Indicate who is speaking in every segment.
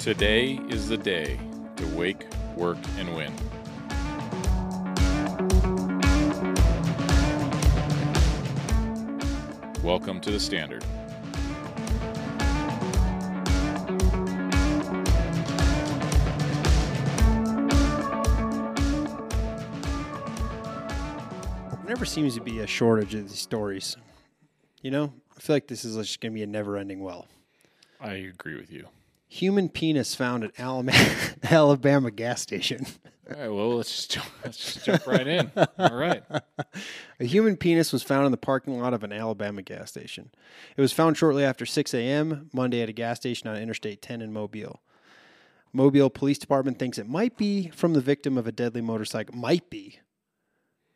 Speaker 1: Today is the day to wake, work, and win. Welcome to the Standard.
Speaker 2: There never seems to be a shortage of these stories. You know, I feel like this is just going to be a never-ending well.
Speaker 1: I agree with you.
Speaker 2: Human penis found at Alabama, Alabama gas station.
Speaker 1: All right, well, let's just jump, let's just jump right in. All right.
Speaker 2: A human penis was found in the parking lot of an Alabama gas station. It was found shortly after 6 a.m. Monday at a gas station on Interstate 10 in Mobile. Mobile Police Department thinks it might be from the victim of a deadly motorcycle. Might be.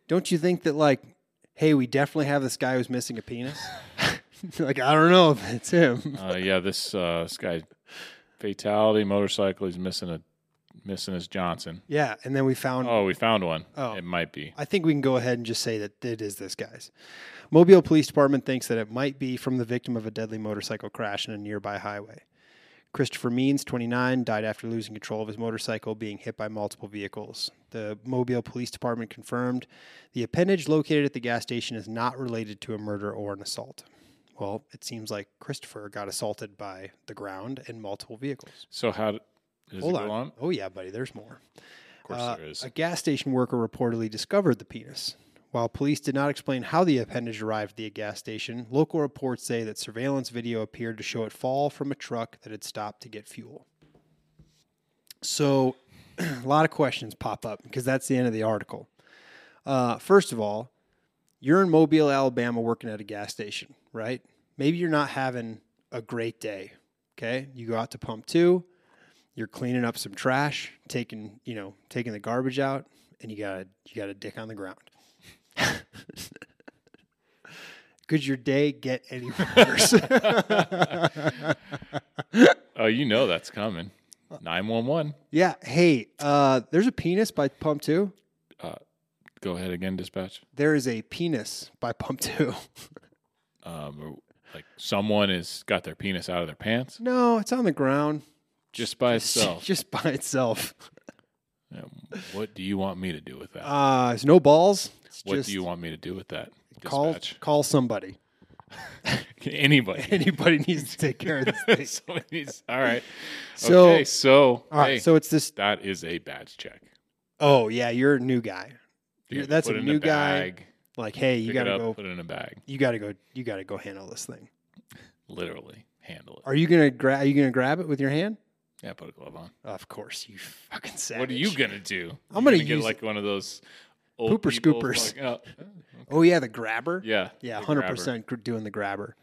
Speaker 2: Don't you think that, like, hey, we definitely have this guy who's missing a penis? like, I don't know if it's him.
Speaker 1: Uh, yeah, this, uh, this guy, fatality motorcycle, he's missing a missing his Johnson.
Speaker 2: Yeah, and then we found
Speaker 1: Oh, we found one.
Speaker 2: Oh.
Speaker 1: It might be.
Speaker 2: I think we can go ahead and just say that it is this guy's. Mobile Police Department thinks that it might be from the victim of a deadly motorcycle crash in a nearby highway. Christopher Means, 29, died after losing control of his motorcycle being hit by multiple vehicles. The Mobile Police Department confirmed the appendage located at the gas station is not related to a murder or an assault. Well, it seems like Christopher got assaulted by the ground and multiple vehicles.
Speaker 1: So how d- does
Speaker 2: Hold
Speaker 1: it go
Speaker 2: on.
Speaker 1: on?
Speaker 2: Oh, yeah, buddy, there's more.
Speaker 1: Of course
Speaker 2: Uh,
Speaker 1: there is.
Speaker 2: A gas station worker reportedly discovered the penis. While police did not explain how the appendage arrived at the gas station, local reports say that surveillance video appeared to show it fall from a truck that had stopped to get fuel. So, a lot of questions pop up because that's the end of the article. Uh, first of all, you're in Mobile, Alabama, working at a gas station, right? Maybe you're not having a great day. Okay, you go out to pump two, you're cleaning up some trash, taking you know taking the garbage out, and you got a, you got a dick on the ground. Could your day get any worse?
Speaker 1: Oh, you know that's coming. 911.
Speaker 2: yeah. Hey, uh, there's a penis by pump two.
Speaker 1: Go ahead again, dispatch.
Speaker 2: There is a penis by pump two.
Speaker 1: Um, or, like someone has got their penis out of their pants
Speaker 2: no, it's on the ground.
Speaker 1: just by itself.
Speaker 2: Just by itself.
Speaker 1: Um, what do you want me to do with that?
Speaker 2: Uh, it's no balls. It's
Speaker 1: what
Speaker 2: just
Speaker 1: do you want me to do with that?
Speaker 2: Call
Speaker 1: Dispatch.
Speaker 2: call somebody.
Speaker 1: Anybody.
Speaker 2: Anybody needs to take care of this thing.
Speaker 1: Somebody needs- all right.
Speaker 2: So-
Speaker 1: okay, so,
Speaker 2: All right,
Speaker 1: hey,
Speaker 2: so it's this.
Speaker 1: that is a badge check.
Speaker 2: Oh yeah, you're a new guy.
Speaker 1: You
Speaker 2: You're-
Speaker 1: gotta
Speaker 2: that's
Speaker 1: put
Speaker 2: a
Speaker 1: it in
Speaker 2: new guy.
Speaker 1: bag,
Speaker 2: Like, hey, you
Speaker 1: pick it
Speaker 2: gotta
Speaker 1: up,
Speaker 2: go.
Speaker 1: Put it in a bag.
Speaker 2: You gotta go. You gotta go handle this thing.
Speaker 1: Literally. Handle it.
Speaker 2: Are you gonna grab? Are you gonna grab it with your hand?
Speaker 1: Yeah, put a glove on.
Speaker 2: Of course, you fucking savage.
Speaker 1: What are you going to do?
Speaker 2: I'm
Speaker 1: You're
Speaker 2: gonna
Speaker 1: gonna get
Speaker 2: use
Speaker 1: like one of those old
Speaker 2: Pooper
Speaker 1: people
Speaker 2: scoopers.
Speaker 1: fucking- oh,
Speaker 2: Oh yeah, the grabber.
Speaker 1: yeah.
Speaker 2: yeah,
Speaker 1: the
Speaker 2: hundred
Speaker 1: grabber.
Speaker 2: percent doing the grabber.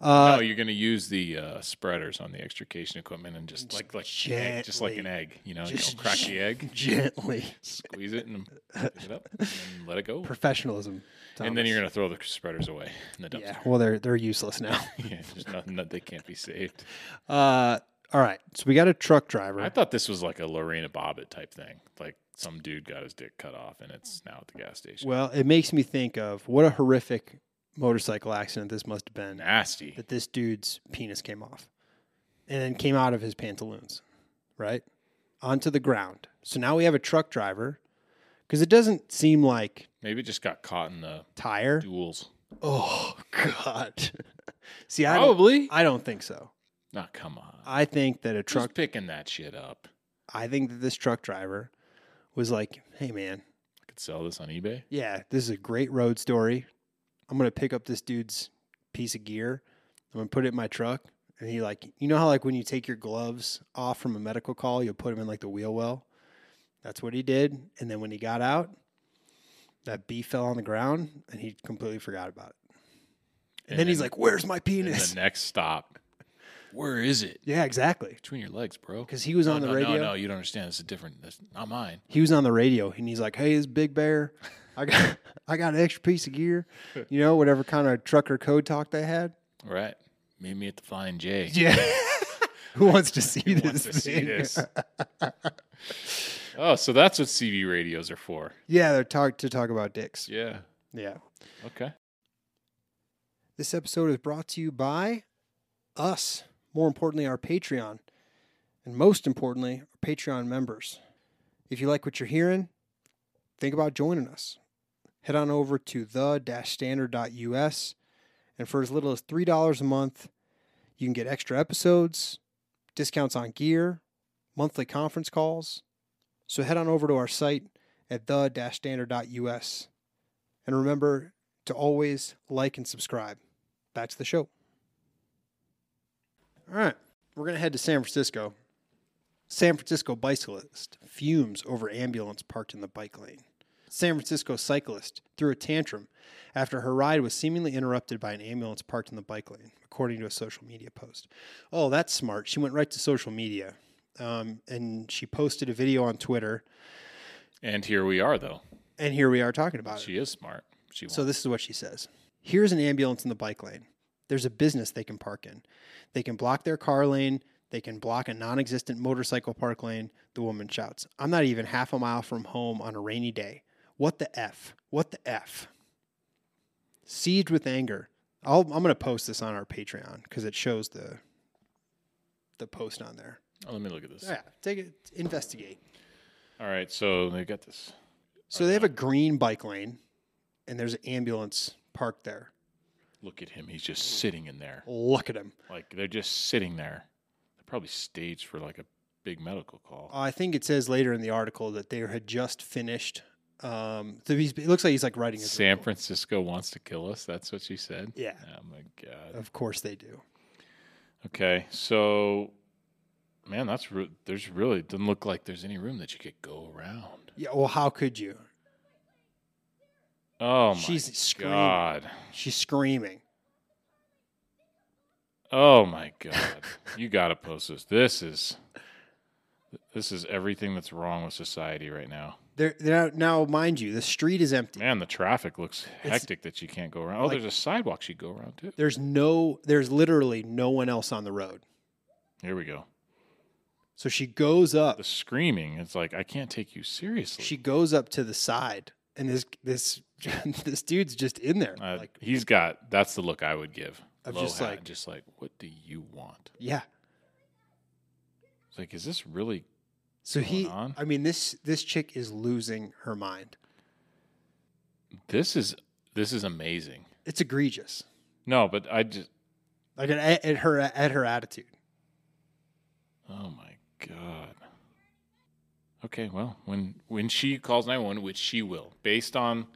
Speaker 1: no, Oh, you're going to use the uh, spreaders on the extrication equipment and just like like an egg, just like an
Speaker 2: gently.
Speaker 1: egg, you know, you
Speaker 2: Just
Speaker 1: know, crack the egg,
Speaker 2: Gently,
Speaker 1: squeeze it, and pick it up, and let it go.
Speaker 2: professionalism.
Speaker 1: And then you're going to throw the spreaders away in the dumpster.
Speaker 2: Yeah. Well, they're they're useless now.
Speaker 1: Yeah, there's nothing that they can't be saved.
Speaker 2: Uh, all right. So we got a truck driver.
Speaker 1: I thought this was like a Lorena Bobbitt type thing. Like some dude got his dick cut off, and it's now at the gas station.
Speaker 2: Well, it makes me think of what a horrific motorcycle accident this must have been
Speaker 1: Nasty.
Speaker 2: that this dude's penis came off and then came out of his pantaloons, right? Onto the ground. So now we have a truck driver because it doesn't seem like
Speaker 1: Maybe it just got caught in the
Speaker 2: tire.
Speaker 1: duels.
Speaker 2: Oh, God. See, I don't,
Speaker 1: Probably.
Speaker 2: I don't think so.
Speaker 1: Not come on.
Speaker 2: I think that a
Speaker 1: Truck
Speaker 2: truck,
Speaker 1: just picking that shit up.
Speaker 2: I think that this truck driver was like, hey, man,
Speaker 1: I could sell this on eBay.
Speaker 2: Yeah, this is a great road story. I'm gonna pick up this dude's piece of gear. I'm gonna put it in my truck, and he like, you know how like when you take your gloves off from a medical call, you'll put them in like the wheel well. That's what he did, and then when he got out, that bee fell on the ground, and he completely forgot about it. And, then he's like, "Where's my
Speaker 1: in
Speaker 2: penis?"
Speaker 1: the next stop. Where is it?
Speaker 2: Yeah, exactly.
Speaker 1: Between your legs, bro.
Speaker 2: Because he was
Speaker 1: No,
Speaker 2: on the
Speaker 1: no,
Speaker 2: radio.
Speaker 1: No, no, you don't understand. It's a different. That's not mine.
Speaker 2: he was on the radio and he's like, "Hey, this big bear, I got I got an extra piece of gear, you know, whatever kind of trucker code talk they had."
Speaker 1: All right. Meet me at the Flying J.
Speaker 2: Yeah. Who wants to see
Speaker 1: Who
Speaker 2: this?
Speaker 1: wants to see
Speaker 2: thing?
Speaker 1: this? oh, so that's what CV radios are for.
Speaker 2: Yeah, they're talk to talk about dicks.
Speaker 1: Yeah.
Speaker 2: Yeah.
Speaker 1: Okay.
Speaker 2: This episode is brought to you by us. More importantly, our Patreon. and most importantly, our Patreon members. If you like what you're hearing, think about joining us. Head on over to the-standard.us, and for as little as $3 a month, you can get extra episodes, discounts on gear, monthly conference calls. So head on over to our site at the-standard.us. And remember to always like and subscribe. Back to the show. All right, we're going to head to San Francisco. San Francisco bicyclist fumes over ambulance parked in the bike lane. San Francisco cyclist threw a tantrum after her ride was seemingly interrupted by an ambulance parked in the bike lane, according to a social media post. Oh, that's smart. She went right to social media um, and she posted a video on Twitter.
Speaker 1: And here we are, though.
Speaker 2: And here we are talking about it.
Speaker 1: She is smart. She won't.
Speaker 2: So this is what she says. Here's an ambulance in the bike lane. There's a business they can park in. They can block their car lane. They can block a non existent motorcycle park lane. The woman shouts, I'm not even half a mile from home on a rainy day. What the F? What the F? Sieged with anger. I'll, I'm going to post this on our Patreon because it shows the the post on there.
Speaker 1: Oh, let me look at this.
Speaker 2: Yeah, take it, investigate.
Speaker 1: All right, so they got this.
Speaker 2: So they have a green bike lane, and there's an ambulance parked there.
Speaker 1: Look at him. He's just sitting in there.
Speaker 2: Look at him.
Speaker 1: Like they're just sitting there. They're probably staged for like a big medical call.
Speaker 2: I think it says later in the article that they had just finished. Um, so he's, it looks like he's like writing his.
Speaker 1: San Francisco wants to kill us. That's what she said.
Speaker 2: Yeah,
Speaker 1: Oh my god.
Speaker 2: of course they do.
Speaker 1: Okay, so man, that's re- there's really doesn't look like there's any room that you could go around.
Speaker 2: Yeah. Well, how could you?
Speaker 1: Oh my
Speaker 2: She's screaming.
Speaker 1: god.
Speaker 2: She's screaming.
Speaker 1: Oh my god. you got to post this. This is this is everything that's wrong with society right now.
Speaker 2: There, now, now, mind you, the street is empty.
Speaker 1: Man, the traffic looks hectic that you can't go around. Oh,
Speaker 2: like-
Speaker 1: there's a sidewalk you go around too.
Speaker 2: There's no, there's literally no one else on the road.
Speaker 1: Here we go.
Speaker 2: So she goes up.
Speaker 1: The screaming, it's like I can't take you seriously.
Speaker 2: She goes up to the side, and this this this dude's just in there.
Speaker 1: Uh,
Speaker 2: like,
Speaker 1: he's got that's the look I would give.
Speaker 2: Of
Speaker 1: Low
Speaker 2: just
Speaker 1: hat,
Speaker 2: like-
Speaker 1: just like what do you want?
Speaker 2: yeah.
Speaker 1: It's like is this really
Speaker 2: So he,
Speaker 1: going on?
Speaker 2: I mean, this this chick is losing her mind.
Speaker 1: this is this is amazing.
Speaker 2: It's egregious.
Speaker 1: No, but I just
Speaker 2: Like at, at her at her attitude.
Speaker 1: oh my god. Okay, well, when when she calls 911, which she will, based on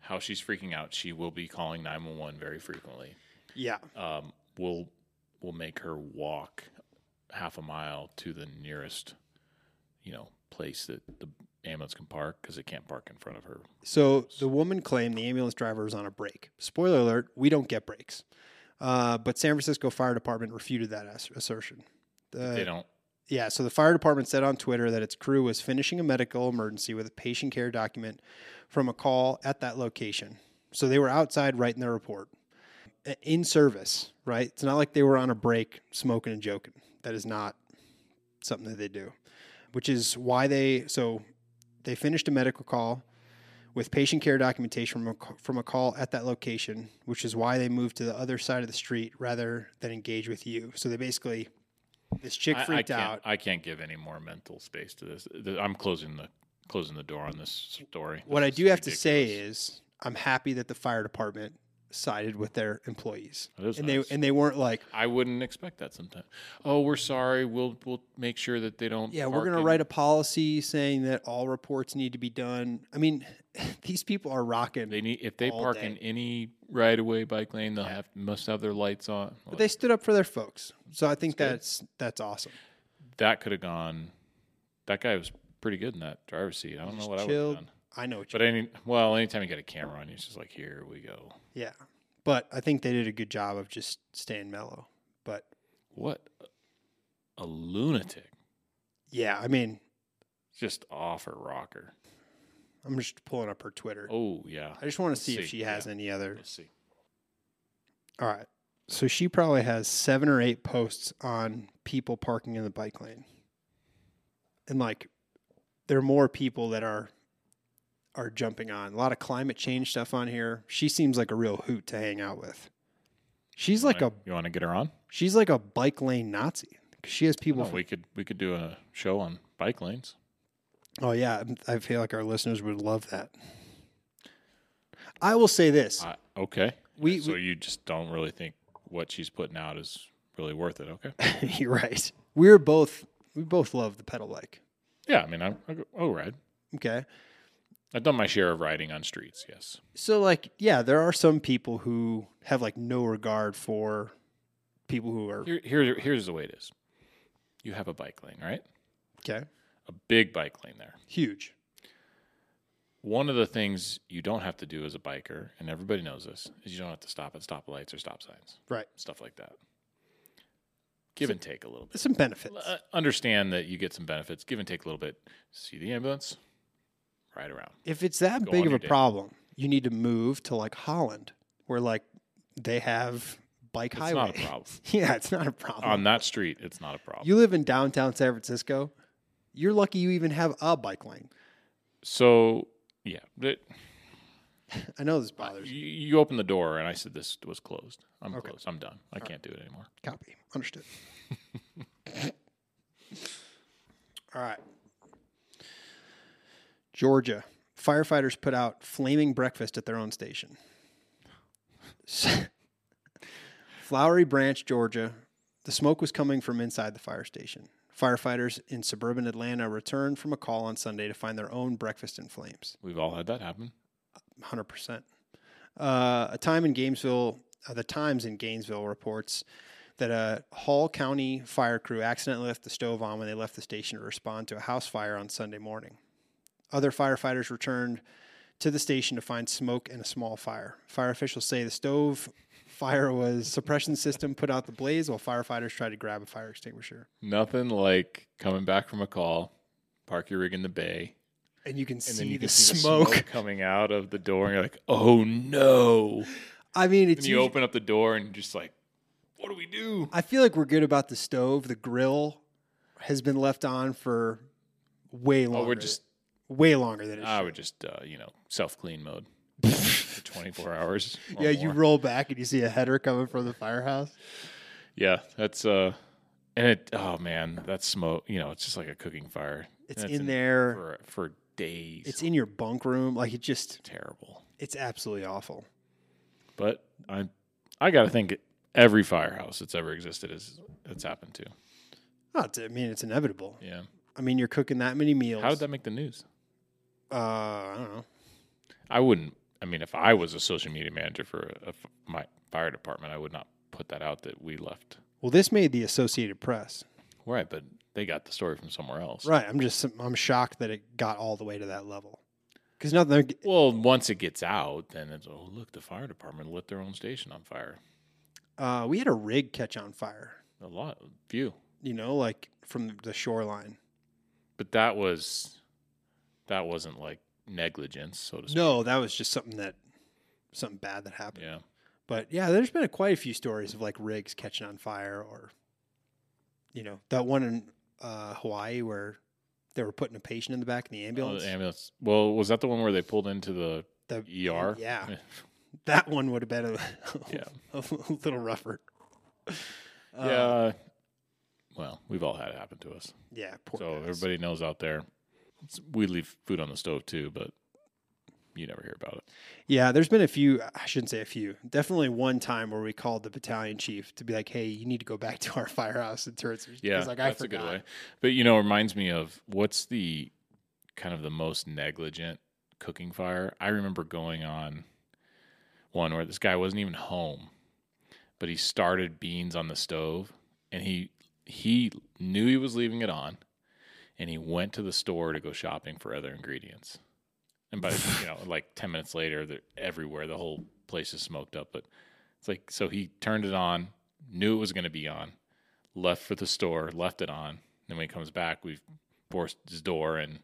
Speaker 1: how she's freaking out, she will be calling 911 very frequently.
Speaker 2: Yeah.
Speaker 1: Um, we'll we'll make her walk half a mile to the nearest, you know, place that the ambulance can park because it can't park in front of her.
Speaker 2: So the woman claimed the ambulance driver was on a break. Spoiler alert: we don't get breaks. Uh, but San Francisco Fire Department refuted that ass- assertion. The-
Speaker 1: they don't.
Speaker 2: Yeah, so the fire department said on Twitter that its crew was finishing a medical emergency with a patient care document from a call at that location. So they were outside writing their report I- in service, right? It's not like they were on a break smoking and joking. That is not something that they do, which is why they so they finished a medical call with patient care documentation from a, ca- from a call at that location, which is why they moved to the other side of the street rather than engage with you. So they basically this chick
Speaker 1: I- I,
Speaker 2: freaked
Speaker 1: can't,
Speaker 2: out.
Speaker 1: I can't give any more mental space to this. Th- I'm closing the closing the door on this story.
Speaker 2: What
Speaker 1: This
Speaker 2: I
Speaker 1: is
Speaker 2: do have to say
Speaker 1: ridiculous.
Speaker 2: is I'm happy that the fire department sided with their employees.
Speaker 1: That is
Speaker 2: and
Speaker 1: nice.
Speaker 2: they and they weren't like,
Speaker 1: I wouldn't expect that sometimes. Oh, we're sorry. We'll we'll make sure that they don't.
Speaker 2: yeah, we're going to write a policy saying that all reports need to be done. I mean, these people are rocking.
Speaker 1: They need if they
Speaker 2: all
Speaker 1: park
Speaker 2: day.
Speaker 1: in any right of way bike lane, they'll have must have their lights on.
Speaker 2: but
Speaker 1: Like,
Speaker 2: they stood up for their folks. So I think that's that's, awesome.
Speaker 1: that could have gone. That guy was pretty good in that driver's seat. I don't know
Speaker 2: Just
Speaker 1: what I would
Speaker 2: chilled.
Speaker 1: have done.
Speaker 2: I know what you
Speaker 1: But any well, anytime you got a camera on you, it's just like here we go.
Speaker 2: Yeah. But I think they did a good job of just staying mellow. But
Speaker 1: What a lunatic!
Speaker 2: yeah, I mean,
Speaker 1: Just off her rocker.
Speaker 2: I'm just pulling up her Twitter.
Speaker 1: Oh yeah.
Speaker 2: I just want to
Speaker 1: let's
Speaker 2: see, if
Speaker 1: see,
Speaker 2: she has
Speaker 1: yeah.
Speaker 2: any other
Speaker 1: Let's see.
Speaker 2: All right. So she probably has seven or eight posts on people parking in the bike lane. And like there are more people that are are jumping on. A lot of climate change stuff on here. She seems like a real hoot to hang out with. She's like a
Speaker 1: You want to get her on?
Speaker 2: she's like a bike lane Nazi She has people.
Speaker 1: Well,
Speaker 2: from-
Speaker 1: we could we could do a show on bike lanes.
Speaker 2: oh yeah, I feel like our listeners would love that. I will say this.
Speaker 1: I, okay.
Speaker 2: We-
Speaker 1: so you just don't really think what she's putting out is really worth it. Okay.
Speaker 2: You're right. We're both we both love the pedal bike.
Speaker 1: Yeah. I mean, I, I go- I'll ride.
Speaker 2: Okay.
Speaker 1: I've done my share of riding on streets. Yes.
Speaker 2: So like yeah, there are some people who have like no regard for people who are
Speaker 1: Here, here, here's the way it is. You have a bike lane, right?
Speaker 2: okay,
Speaker 1: A big bike lane there.
Speaker 2: huge.
Speaker 1: One of the things you don't have to do as a biker, and everybody knows this, is you don't have to stop at stoplights or stop signs,
Speaker 2: Right.
Speaker 1: stuff like that. Give and take a little bit.
Speaker 2: Some benefits.
Speaker 1: Uh, understand that you get some benefits. Give and take a little bit. See the ambulance, ride around.
Speaker 2: If it's that
Speaker 1: Go
Speaker 2: big
Speaker 1: on
Speaker 2: of a
Speaker 1: your day.
Speaker 2: problem, you need to move to like Holland where like they have bike
Speaker 1: It's
Speaker 2: highway.
Speaker 1: not a problem. Um,
Speaker 2: yeah, it's not a problem.
Speaker 1: on that street, it's not a problem.
Speaker 2: you live in downtown San Francisco. You're lucky you even have a bike lane.
Speaker 1: so yeah, that-
Speaker 2: I know this bothers you.
Speaker 1: you, you open the door, and I said this was closed. I'm
Speaker 2: Okay.
Speaker 1: closed. I'm done. I can't do it anymore.
Speaker 2: Copy. Understood. All right. Georgia. Firefighters put out flaming breakfast at their own station. S- Flowery Branch, Georgia. The smoke was coming from inside the fire station. Firefighters in suburban Atlanta returned from a call on Sunday to find their own breakfast in flames.
Speaker 1: We've all had that happen.
Speaker 2: hundred percent. Uh, a time in Gainesville, uh, the Times in Gainesville reports that a Hall County fire crew accidentally left the stove on when they left the station to respond to a house fire on Sunday morning. Other firefighters returned to the station to find smoke and a small fire. Fire officials say the stove fire was suppression system put out the blaze while firefighters tried to grab a fire extinguisher.
Speaker 1: Nothing like coming back from a call, park your rig in the bay,
Speaker 2: And you can see,
Speaker 1: and then you
Speaker 2: the,
Speaker 1: can see
Speaker 2: smoke.
Speaker 1: the smoke coming out of the door, and you're like, "Oh no!"
Speaker 2: I mean, it's
Speaker 1: And you
Speaker 2: usu-
Speaker 1: open up the door, and you're just like, "What do we do?"
Speaker 2: I feel like we're good about the stove. The grill has been left on for way longer.
Speaker 1: Oh, we're just
Speaker 2: way longer than it
Speaker 1: I
Speaker 2: should.
Speaker 1: would just uh, you know self clean mode for 24 hours. or
Speaker 2: Yeah, you
Speaker 1: more.
Speaker 2: roll back and you see a header coming from the firehouse.
Speaker 1: Yeah, that's uh, and it. Oh man, that smoke. You know, it's just like a cooking fire.
Speaker 2: It's
Speaker 1: That's
Speaker 2: in there.
Speaker 1: for for days.
Speaker 2: It's in your bunk room. Like it just,
Speaker 1: terrible.
Speaker 2: it's absolutely awful.
Speaker 1: But I I gotta think every firehouse that's ever existed is that's happened to.
Speaker 2: Oh, it's- I mean, it's inevitable.
Speaker 1: Yeah.
Speaker 2: I mean, you're cooking that many meals.
Speaker 1: How did that make the news?
Speaker 2: Uh, I don't know.
Speaker 1: I wouldn't. I mean, if I was a social media manager for a, f- my fire department, I would not put that out that we left.
Speaker 2: Well, this made the Associated Press.
Speaker 1: Right, but they got the story from somewhere else.
Speaker 2: Right. I'm just, I'm shocked that it got all the way to that level. Because nothing,
Speaker 1: Well, once it gets out, then it's oh look, the fire department lit their own station on fire.
Speaker 2: uh, we had a rig catch on fire,
Speaker 1: A lot, few,
Speaker 2: you know, like from the shoreline.
Speaker 1: but that was that wasn't like negligence, so to speak.
Speaker 2: No, that was just something that something bad that happened.
Speaker 1: Yeah.
Speaker 2: But yeah, there's been a, quite a few stories of like rigs catching on fire, or you know that one in uh, Hawaii where they were putting a patient in the back of the
Speaker 1: Oh,
Speaker 2: ambulance.
Speaker 1: the ambulance. Well, was that the one where they pulled into the
Speaker 2: The-
Speaker 1: ER?
Speaker 2: yeah. that one would have been a,
Speaker 1: Yeah.
Speaker 2: a little rougher. Uh,
Speaker 1: yeah. Well, we've all had it happen to us.
Speaker 2: yeah. Poor
Speaker 1: so
Speaker 2: guys.
Speaker 1: everybody knows out there. it's- We leave food on the stove too, but you never hear about it.
Speaker 2: Yeah, there's been a few. I shouldn't say a few. Definitely one time where we called the battalion chief to be like, "Hey, you need to go back to our firehouse and turrets."
Speaker 1: Yeah,
Speaker 2: like I
Speaker 1: that's
Speaker 2: forgot.
Speaker 1: a good way. But you know, it reminds me of what's the kind of the most negligent cooking fire. I remember going on one where this guy wasn't even home, but he started beans on the stove, and he he knew he was leaving it on, and he went to the store to go shopping for other ingredients. And by you know, like ten minutes later, they're everywhere. The whole place is smoked up. But it's like so he turned it on, knew it was going to be on, left for the store, left it on. Then when he comes back, we've forced his door, and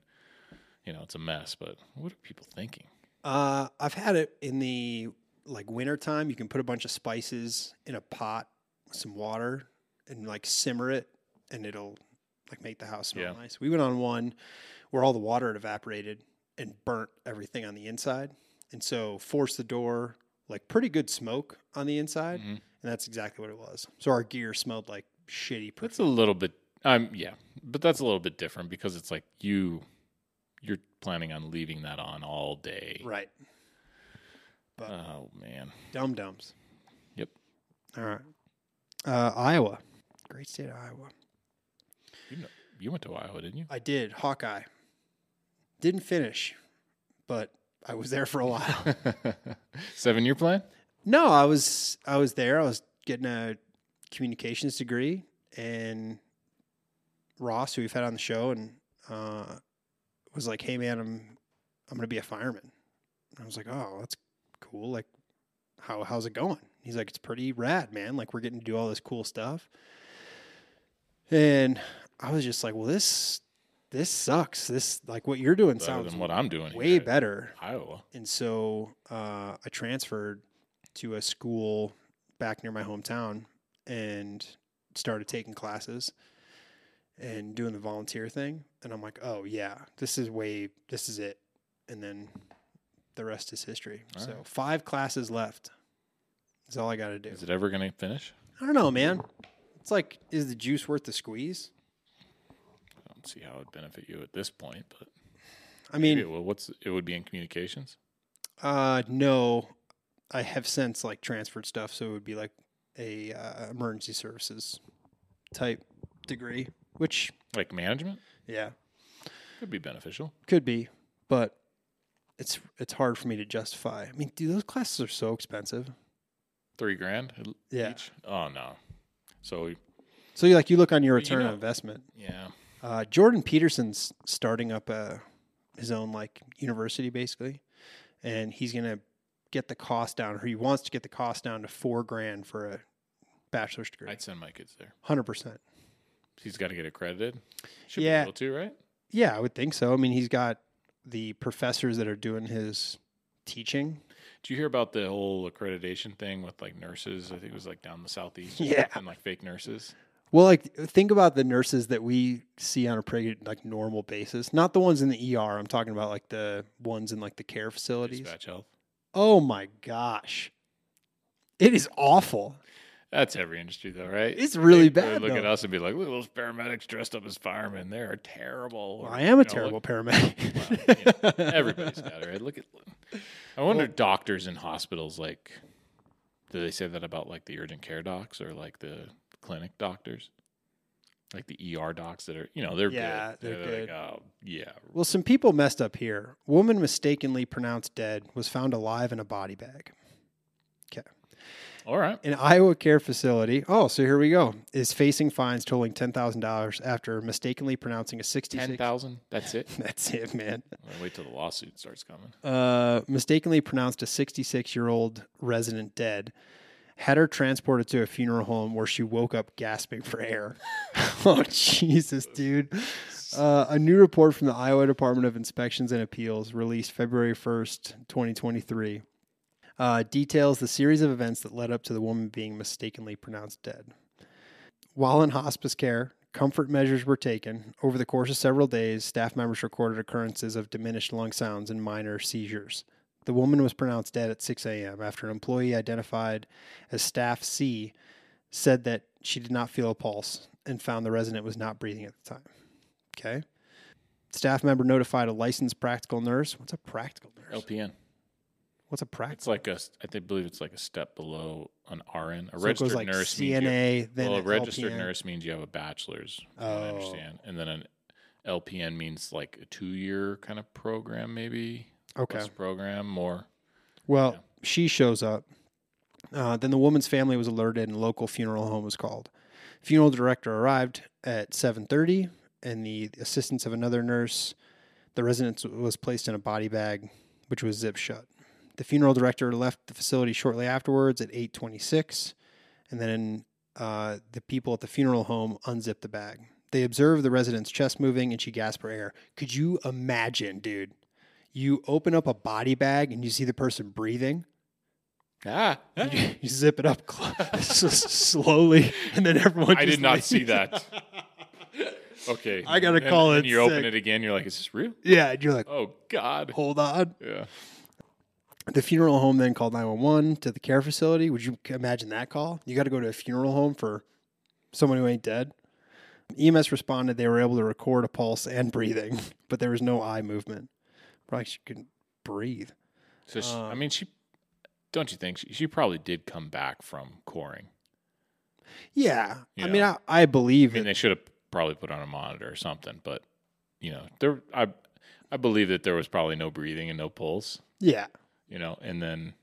Speaker 1: you know it's a mess. But what are people thinking?
Speaker 2: Uh, I've had it in the like winter time. You can put a bunch of spices in a pot with some water and like simmer it, and it'll like make the house smell
Speaker 1: Yeah.
Speaker 2: nice. We went on one where all the water had evaporated and burnt everything on the inside, and so forced the door like pretty good smoke on the inside,
Speaker 1: Mhm.
Speaker 2: and that's exactly what it was. So our gear smelled like shitty person.
Speaker 1: That's a little bit. Um, yeah, but that's a little bit different because it's like you, you're planning on leaving that on all day.
Speaker 2: Right. Right.
Speaker 1: Oh man.
Speaker 2: Dum dums.
Speaker 1: Yep.
Speaker 2: All right. Uh, Iowa. Great state of Iowa.
Speaker 1: You, know, you went to Iowa, didn't you?
Speaker 2: I did. Hawkeye. Didn't finish, but I was there for a while.
Speaker 1: Seven year plan?
Speaker 2: No, I was I was there. I was getting a communications degree, and Ross, who we've had on the show, and uh, was like, "Hey, man, I'm I'm gonna be a fireman." And I was like, "Oh, that's cool. Like, how how's it going?" He's like, "It's pretty rad, man. Like, we're getting to do all this cool stuff." And I was just like, "Well, this this sucks. This like what you're doing
Speaker 1: Better
Speaker 2: sounds
Speaker 1: than what I'm doing.
Speaker 2: way
Speaker 1: here at
Speaker 2: better."
Speaker 1: Iowa.
Speaker 2: And so uh, I transferred to a school back near my hometown and started taking classes and doing the volunteer thing. And I'm like, oh, yeah, this is way, this is it. And then the rest is history.
Speaker 1: All
Speaker 2: so
Speaker 1: right.
Speaker 2: five classes left is all I got to do.
Speaker 1: Is it ever gonna finish?
Speaker 2: I don't know, man. It's like, is the juice worth the squeeze?
Speaker 1: I don't see how it'd benefit you at this point, but
Speaker 2: I mean,
Speaker 1: Yeah, well, what's it would be in communications?
Speaker 2: Uh, no, I have since like transferred stuff, so it would be like a uh, emergency services type degree, which
Speaker 1: Like management
Speaker 2: yeah
Speaker 1: could be beneficial.
Speaker 2: could be, but it's it's hard for me to justify. I mean, dude, those classes are so expensive.
Speaker 1: Three grand at l-
Speaker 2: Yeah.
Speaker 1: each. Oh no. So
Speaker 2: So you like you look on your
Speaker 1: But you
Speaker 2: return on
Speaker 1: know-
Speaker 2: investment.
Speaker 1: yeah,
Speaker 2: Uh, Jordan Peterson's starting up a his own like university basically, and he's gonna get the cost down, or he wants to get the cost down to four grand for a bachelor's degree.
Speaker 1: I'd send my kids there.
Speaker 2: Hundred percent.
Speaker 1: He's got to get accredited. Should
Speaker 2: Yeah.
Speaker 1: be able to, right?
Speaker 2: Yeah, I would think so. I mean, he's got the professors that are doing his teaching.
Speaker 1: Do you hear about the whole accreditation thing with like nurses? I think it was like down the southeast.
Speaker 2: Yeah.
Speaker 1: and like fake nurses.
Speaker 2: Well, like think about the nurses that we see on a pretty like normal basis. Not the ones in the ER. I'm talking about like the ones in like the care facilities.
Speaker 1: Dispatch health.
Speaker 2: Oh my gosh. It is awful.
Speaker 1: That's every industry though, right?
Speaker 2: It's really
Speaker 1: They would
Speaker 2: bad,
Speaker 1: Look at
Speaker 2: though.
Speaker 1: us and be like, look at those paramedics dressed up as firemen. They are terrible. Or,
Speaker 2: I am a
Speaker 1: you know, look-
Speaker 2: terrible paramedic.
Speaker 1: Well, Everybody's got it, right? Look at. I wonder, doctors in hospitals, like, do they say that about like the urgent care docs or like the clinic doctors, like the ER docs that are, you know, they're
Speaker 2: Yeah,
Speaker 1: good.
Speaker 2: they're
Speaker 1: like,
Speaker 2: good.
Speaker 1: oh, yeah,
Speaker 2: Well, some people messed up here. Woman mistakenly pronounced dead was found alive in a body bag.
Speaker 1: all right.
Speaker 2: An Iowa care facility, oh, so here we go, is facing fines totaling $10,000 after mistakenly pronouncing a 66
Speaker 1: Ten thousand. That's it.
Speaker 2: That's it, man.
Speaker 1: Well, wait till the lawsuit starts coming.
Speaker 2: Uh, mistakenly pronounced a 66 year old resident dead, had her transported to a funeral home where she woke up gasping for air. oh, Jesus, dude. Uh, a new report from the Iowa Department of Inspections and Appeals, released February 1st, 2023, uh, details the series of events that led up to the woman being mistakenly pronounced dead. While in hospice care, comfort measures were taken. Over the course of several days, staff members recorded occurrences of diminished lung sounds and minor seizures. The woman was pronounced dead at 6 a.m. after an employee identified as Staff C said that she did not feel a pulse and found the resident was not breathing at the time. Okay. Staff member notified a licensed practical nurse. What's a practical nurse?
Speaker 1: LPN.
Speaker 2: What's a practical?
Speaker 1: It's like a. I think- believe it's like a step below an RN. A
Speaker 2: So it
Speaker 1: registered
Speaker 2: goes like
Speaker 1: nurse means you-
Speaker 2: CNA, then
Speaker 1: well, a
Speaker 2: an
Speaker 1: registered
Speaker 2: LPN.
Speaker 1: nurse means you have a bachelor's, from what I
Speaker 2: Oh.
Speaker 1: understand, and then an LPN means like a two-year kind of program, maybe
Speaker 2: Okay.
Speaker 1: less program, more.
Speaker 2: Well,
Speaker 1: Yeah.
Speaker 2: she shows up. Uh, then the woman's family was alerted, and a local funeral home was called. Funeral director arrived at 7:30, and the assistance of another nurse. The resident was placed in a body bag, which was zipped shut. The funeral director left the facility shortly afterwards at 8:26, and then uh, the people at the funeral home unzipped the bag. They observed the resident's chest moving, and she gasped for air. Could you imagine, dude? you open up a body bag and you see the person breathing.
Speaker 1: Ah,
Speaker 2: You, you zip it up cl- s- s- slowly, and then everyone.
Speaker 1: I
Speaker 2: just
Speaker 1: did not see
Speaker 2: leaves.
Speaker 1: that. okay,
Speaker 2: I gotta
Speaker 1: And-
Speaker 2: call
Speaker 1: and
Speaker 2: it
Speaker 1: You open
Speaker 2: sick.
Speaker 1: it again. You're like, is this real?
Speaker 2: Yeah, and you're like,
Speaker 1: Oh God.
Speaker 2: hold on.
Speaker 1: Yeah.
Speaker 2: The funeral home then called 911 to the care facility. Would you imagine that call? You got to go to a funeral home for someone who ain't dead. EMS responded they were able to record a pulse and breathing, but there was no eye movement. Probably she couldn't breathe.
Speaker 1: So she, I
Speaker 2: Um,
Speaker 1: mean, she don't you think she, she probably did come back from coring?
Speaker 2: Yeah.
Speaker 1: Yeah.
Speaker 2: I mean, I, I believe
Speaker 1: I mean,
Speaker 2: it.
Speaker 1: they should have probably put on a monitor or something, but you know, there I I believe that there was probably no breathing and no pulse,
Speaker 2: Yeah.
Speaker 1: you know, and then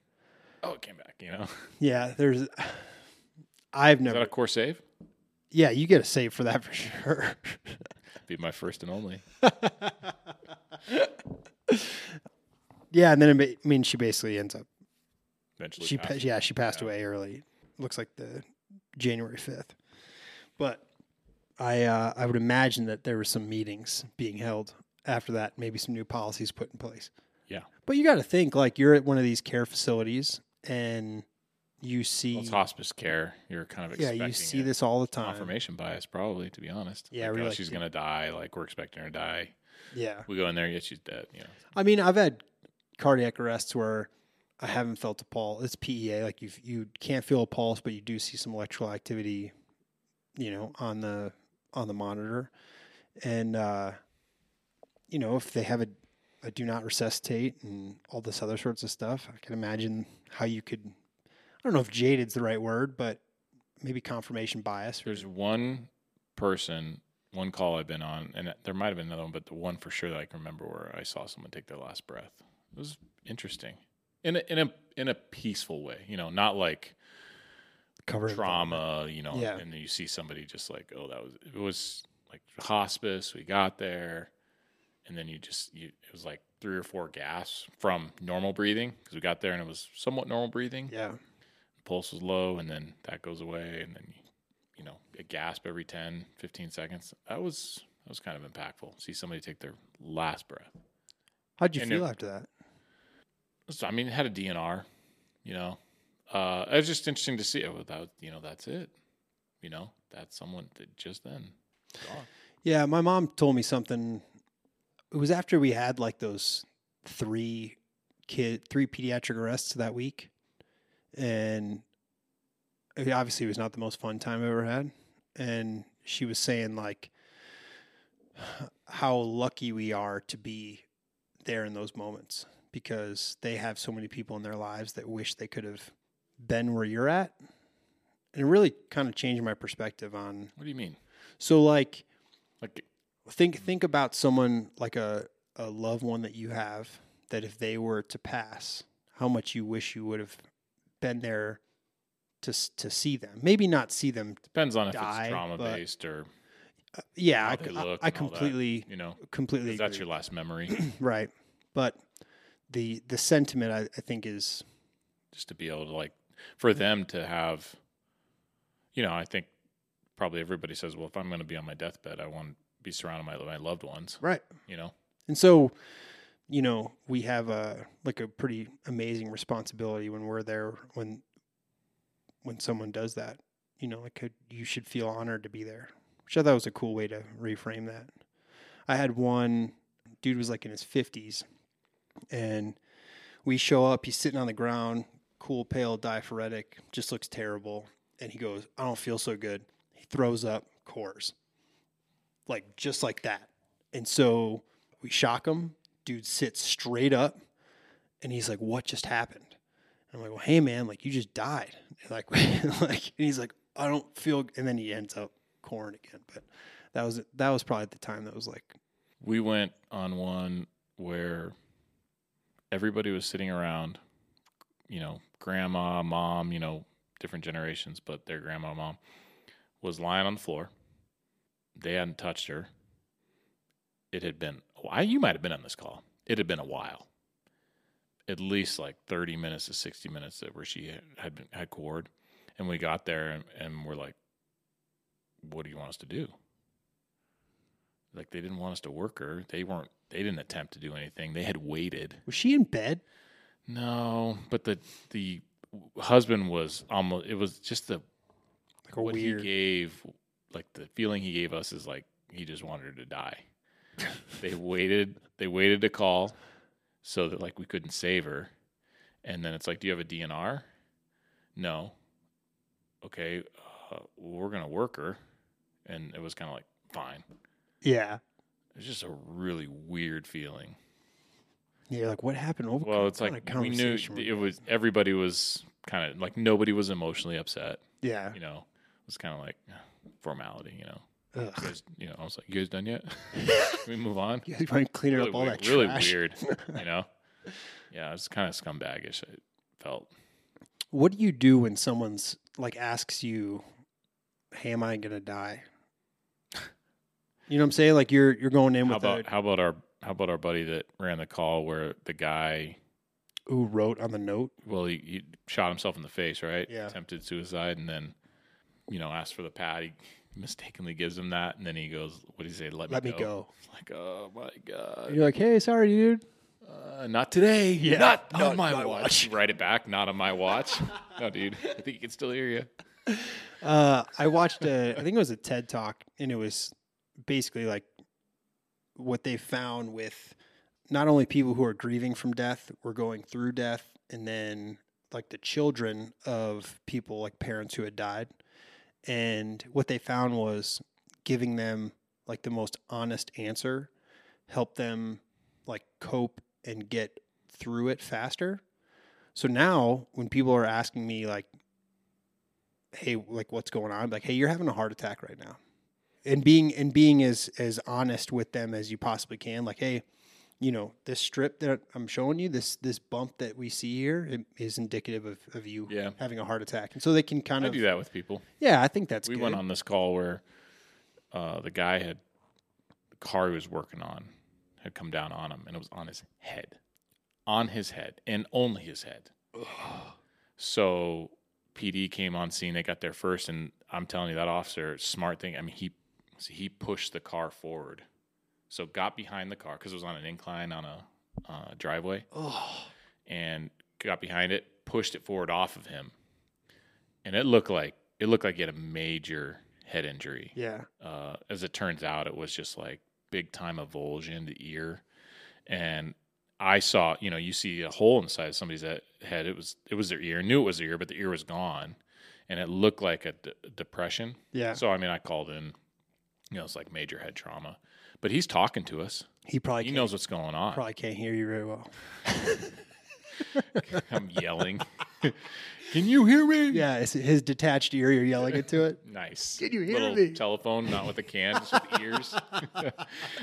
Speaker 1: oh, it came back, you know.
Speaker 2: Yeah. There's, I've
Speaker 1: Is that
Speaker 2: never,
Speaker 1: a core save?
Speaker 2: yeah, you get a save for that for sure.
Speaker 1: Be my first and only.
Speaker 2: yeah. And then, it, ma- I mean, she basically ends up,
Speaker 1: Eventually,
Speaker 2: she, pa-
Speaker 1: passed.
Speaker 2: yeah, she passed
Speaker 1: Yeah.
Speaker 2: away early. Looks like the January 5th. But I, uh, I would imagine that there were some meetings being held after that, maybe some new policies put in place.
Speaker 1: Yeah.
Speaker 2: But you got to think like you're at one of these care facilities and you see,
Speaker 1: Well, it's hospice care. You're kind of
Speaker 2: yeah,
Speaker 1: expecting
Speaker 2: you see
Speaker 1: it.
Speaker 2: this all the time.
Speaker 1: confirmation bias, probably to be honest.
Speaker 2: Yeah,
Speaker 1: Like,
Speaker 2: we're
Speaker 1: oh,
Speaker 2: like-
Speaker 1: she's gonna die. Like we're expecting her to die.
Speaker 2: Yeah.
Speaker 1: We go in there, yeah, she's dead. You know,
Speaker 2: I mean, I've had cardiac arrests where I haven't felt a pulse. It's PEA, like you you can't feel a pulse, but you do see some electrical activity, you know, on the on the monitor, and uh, you know if they have a, a do not resuscitate and all this other sorts of stuff, I can imagine how you could. I don't know if jaded's the right word, but maybe confirmation bias.
Speaker 1: there's one person, one call I've been on, and there might have been another one, but the one for sure that I can remember where I saw someone take their last breath. It was interesting, in a, in a in a peaceful way. You know, not like
Speaker 2: cover
Speaker 1: trauma. You know,
Speaker 2: Yeah.
Speaker 1: and then you see somebody just like, oh, that was it was like hospice. We got there, and then you just you it was like three or four gasps from normal breathing because we got there and it was somewhat normal breathing.
Speaker 2: Yeah,
Speaker 1: pulse was low and then that goes away and then you, you know a gasp every 10 15 seconds that was that was kind of impactful see somebody take their last breath
Speaker 2: how'd you
Speaker 1: And
Speaker 2: feel
Speaker 1: it-
Speaker 2: after that?
Speaker 1: so i mean it had a dnr you know uh it was just interesting to see it without you know that's it you know that's someone that just then gone.
Speaker 2: Yeah, my mom told me something. It was after we had like those three kid, three pediatric arrests that week, and it obviously was not the most fun time I ever had. And she was saying like how lucky we are to be there in those moments because they have so many people in their lives that wish they could have been where you're at. And it really kind of changed my perspective on
Speaker 1: what do you mean
Speaker 2: so like
Speaker 1: like
Speaker 2: think think about someone like a, a loved one that you have that if they were to pass how much you wish you would have been there to s- to see them maybe not see them
Speaker 1: depends on if
Speaker 2: Die,
Speaker 1: it's trauma
Speaker 2: but-
Speaker 1: based or
Speaker 2: Uh, yeah
Speaker 1: How
Speaker 2: I,
Speaker 1: they
Speaker 2: c- I-
Speaker 1: look
Speaker 2: I
Speaker 1: and all that.
Speaker 2: completely
Speaker 1: you know 'cause
Speaker 2: completely
Speaker 1: that's
Speaker 2: agree.
Speaker 1: your last memory
Speaker 2: right but the the sentiment I, I think is
Speaker 1: just to be able to like for them to have you know i think probably everybody says well if i'm going to be on my deathbed i want to be surrounded by my loved ones
Speaker 2: right
Speaker 1: you know
Speaker 2: And so, you know, we have a like a pretty amazing responsibility when we're there when when someone does that. You know, like uh, you should feel honored to be there. Which I thought was a cool way to reframe that. I had one dude was like in his fifties, and we show up. He's sitting on the ground, cool, pale, diaphoretic, just looks terrible. And he goes, "I don't feel so good." He throws up, cores, like just like that. And so we shock him. Dude sits straight up and he's like, What just happened? And I'm like, Well, hey man, like you just died. And like, like and he's like, I don't feel and then he ends up corn again. But that was that was probably at the time that was like,
Speaker 1: we went on one where everybody was sitting around you know grandma mom you know different generations but their grandma mom was lying on the floor they hadn't touched her it had been why you might have been on this call it had been a while at least like 30 minutes to 60 minutes that where she had been had cord and we got there and, and we're like what do you want us to do like they didn't want us to work her they weren't they didn't attempt to do anything they had waited
Speaker 2: Was she in bed?
Speaker 1: no but the the husband was almost it was just the
Speaker 2: Like a
Speaker 1: what
Speaker 2: weird
Speaker 1: he gave like the feeling he gave us is like he just wanted her to die they waited they waited to call so that like we couldn't save her and then it's like do you have a dnr no okay uh, we're going to work her. And it was kind of like, fine.
Speaker 2: Yeah.
Speaker 1: It's just a really weird feeling.
Speaker 2: Yeah, you're like, what happened? What
Speaker 1: Well,
Speaker 2: kind-
Speaker 1: it's
Speaker 2: what
Speaker 1: like
Speaker 2: kind of
Speaker 1: we knew
Speaker 2: conversation were we
Speaker 1: it was everybody was kind of like nobody was emotionally upset.
Speaker 2: Yeah.
Speaker 1: You know, it was kind of like eh, formality. You know,
Speaker 2: Ugh.
Speaker 1: you guys, you know, I was like, you guys done yet? Can we move on?
Speaker 2: You guys want to clean
Speaker 1: really
Speaker 2: up all
Speaker 1: weird,
Speaker 2: that
Speaker 1: really
Speaker 2: trash.
Speaker 1: weird. You know, yeah, it was kind of scumbagish. It felt.
Speaker 2: What do you do when someone's like asks you, hey, "Am I gonna die?" You know what I'm saying? Like you're you're going in
Speaker 1: How
Speaker 2: with
Speaker 1: about how about our how about our buddy that ran the call where the guy
Speaker 2: a who wrote on the note.
Speaker 1: well he, he shot himself in the face right
Speaker 2: Yeah.
Speaker 1: attempted suicide and then you know asked for the pad he mistakenly gives him that and then he goes what do you say let,
Speaker 2: Let
Speaker 1: me
Speaker 2: me go.
Speaker 1: It's like oh my god
Speaker 2: You're like, hey, sorry, dude.
Speaker 1: Uh, not today.
Speaker 2: Yeah.
Speaker 1: Not,
Speaker 2: Not
Speaker 1: on my,
Speaker 2: my
Speaker 1: watch.
Speaker 2: watch.
Speaker 1: You Write it back. Not on my watch. no, dude. I think you can still hear you.
Speaker 2: Uh, I watched a, I think it was a TED talk, and it was basically like what they found with not only people who are grieving from death, were going through death, and then like the children of people, like parents who had died. And what they found was giving them like the most honest answer helped them like cope and get through it faster. So now when people are asking me like hey like what's going on like hey you're having a heart attack right now and being and being as as honest with them as you possibly can like hey you know this strip that i'm showing you this this bump that we see here it is indicative of, of you
Speaker 1: Yeah.
Speaker 2: having a heart attack and so they can kind
Speaker 1: I
Speaker 2: of
Speaker 1: do that with people.
Speaker 2: yeah i think that's
Speaker 1: we
Speaker 2: good.
Speaker 1: went on this call where uh, the guy had the car he was working on had come down on him and it was on his head, on his head, and only his head. So PD came on scene. They got there first, and I'm telling you that officer, smart thing. I mean, he he pushed the car forward, so got behind the car because it was on an incline on a uh, driveway
Speaker 2: oh
Speaker 1: and got behind it, pushed it forward off of him, and it looked like it looked like he had a major head injury.
Speaker 2: yeah
Speaker 1: Uh, as it turns out, it was just like big time avulsion to ear, and I saw you know you see a hole inside somebody's he- head. It was it was their ear. Knew it was their ear, but the ear was gone, and it looked like a d- depression.
Speaker 2: yeah
Speaker 1: So I mean, I called in. You know, it's like major head trauma, but he's talking to us.
Speaker 2: he probably
Speaker 1: he
Speaker 2: can't,
Speaker 1: knows what's going on.
Speaker 2: probably can't hear you very well
Speaker 1: I'm yelling. Can you hear me?
Speaker 2: yeah it's his detached ear you're yelling into it
Speaker 1: Nice.
Speaker 2: Can you hear
Speaker 1: Little
Speaker 2: me?
Speaker 1: Telephone, not with a can, just with ears.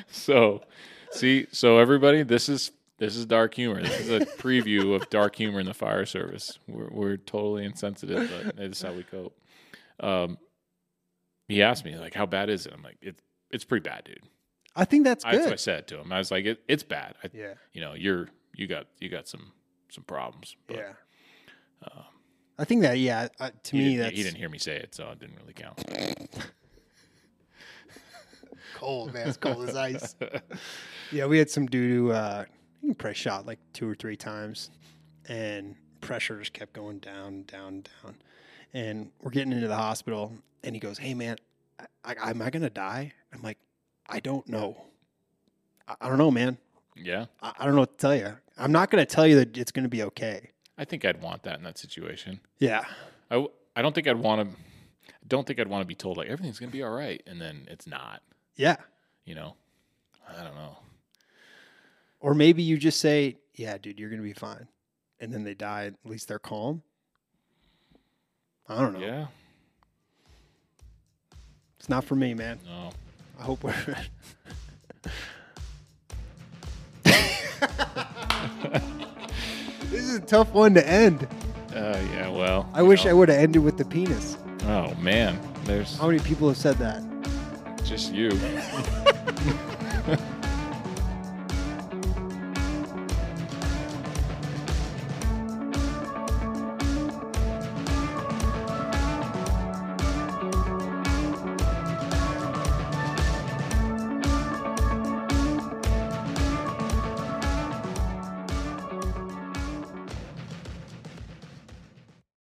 Speaker 1: so, see, so everybody, this is this is dark humor. This is a preview of dark humor in the fire service. We're we're totally insensitive, but this is how we cope. Um, he asked me like, "How bad is it?" I'm like, "It's it's pretty bad, dude."
Speaker 2: i think that's
Speaker 1: I, that's what I
Speaker 2: good
Speaker 1: said to him. I was like, it, "It's bad. I,
Speaker 2: yeah
Speaker 1: You know, you're you got you got some some problems." But um,
Speaker 2: yeah i think that yeah uh, to
Speaker 1: he
Speaker 2: me
Speaker 1: didn't-
Speaker 2: that's
Speaker 1: he didn't hear me say it, so it didn't really count.
Speaker 2: cold, man. It's cold as ice. yeah, we had some dude who uh, he press shot like two or three times, and pressure just kept going down, down, down. And we're getting into the hospital, and he goes, "Hey, man, I, I, am I gonna die?" I'm like, "I don't know. I, I don't know, man.
Speaker 1: Yeah.
Speaker 2: I, I don't know what to tell you. I'm not gonna tell you that it's gonna be okay."
Speaker 1: I think I'd want that in that situation.
Speaker 2: Yeah,
Speaker 1: I, w- I don't think I'd want to. I don't think I'd want to be told like everything's gonna be all right, and then it's not.
Speaker 2: yeah.
Speaker 1: You know, I don't know.
Speaker 2: Or maybe you just say, "Yeah, dude, you're gonna be fine," and then they die. At least they're calm. I don't know.
Speaker 1: Yeah,
Speaker 2: It's not for me, man.
Speaker 1: no.
Speaker 2: I hope we're. this is a tough one to end.
Speaker 1: Uh, yeah, well.
Speaker 2: I wish I Oh. would have ended with the penis.
Speaker 1: I. Oh man, there's
Speaker 2: How many people have said that?
Speaker 1: just you.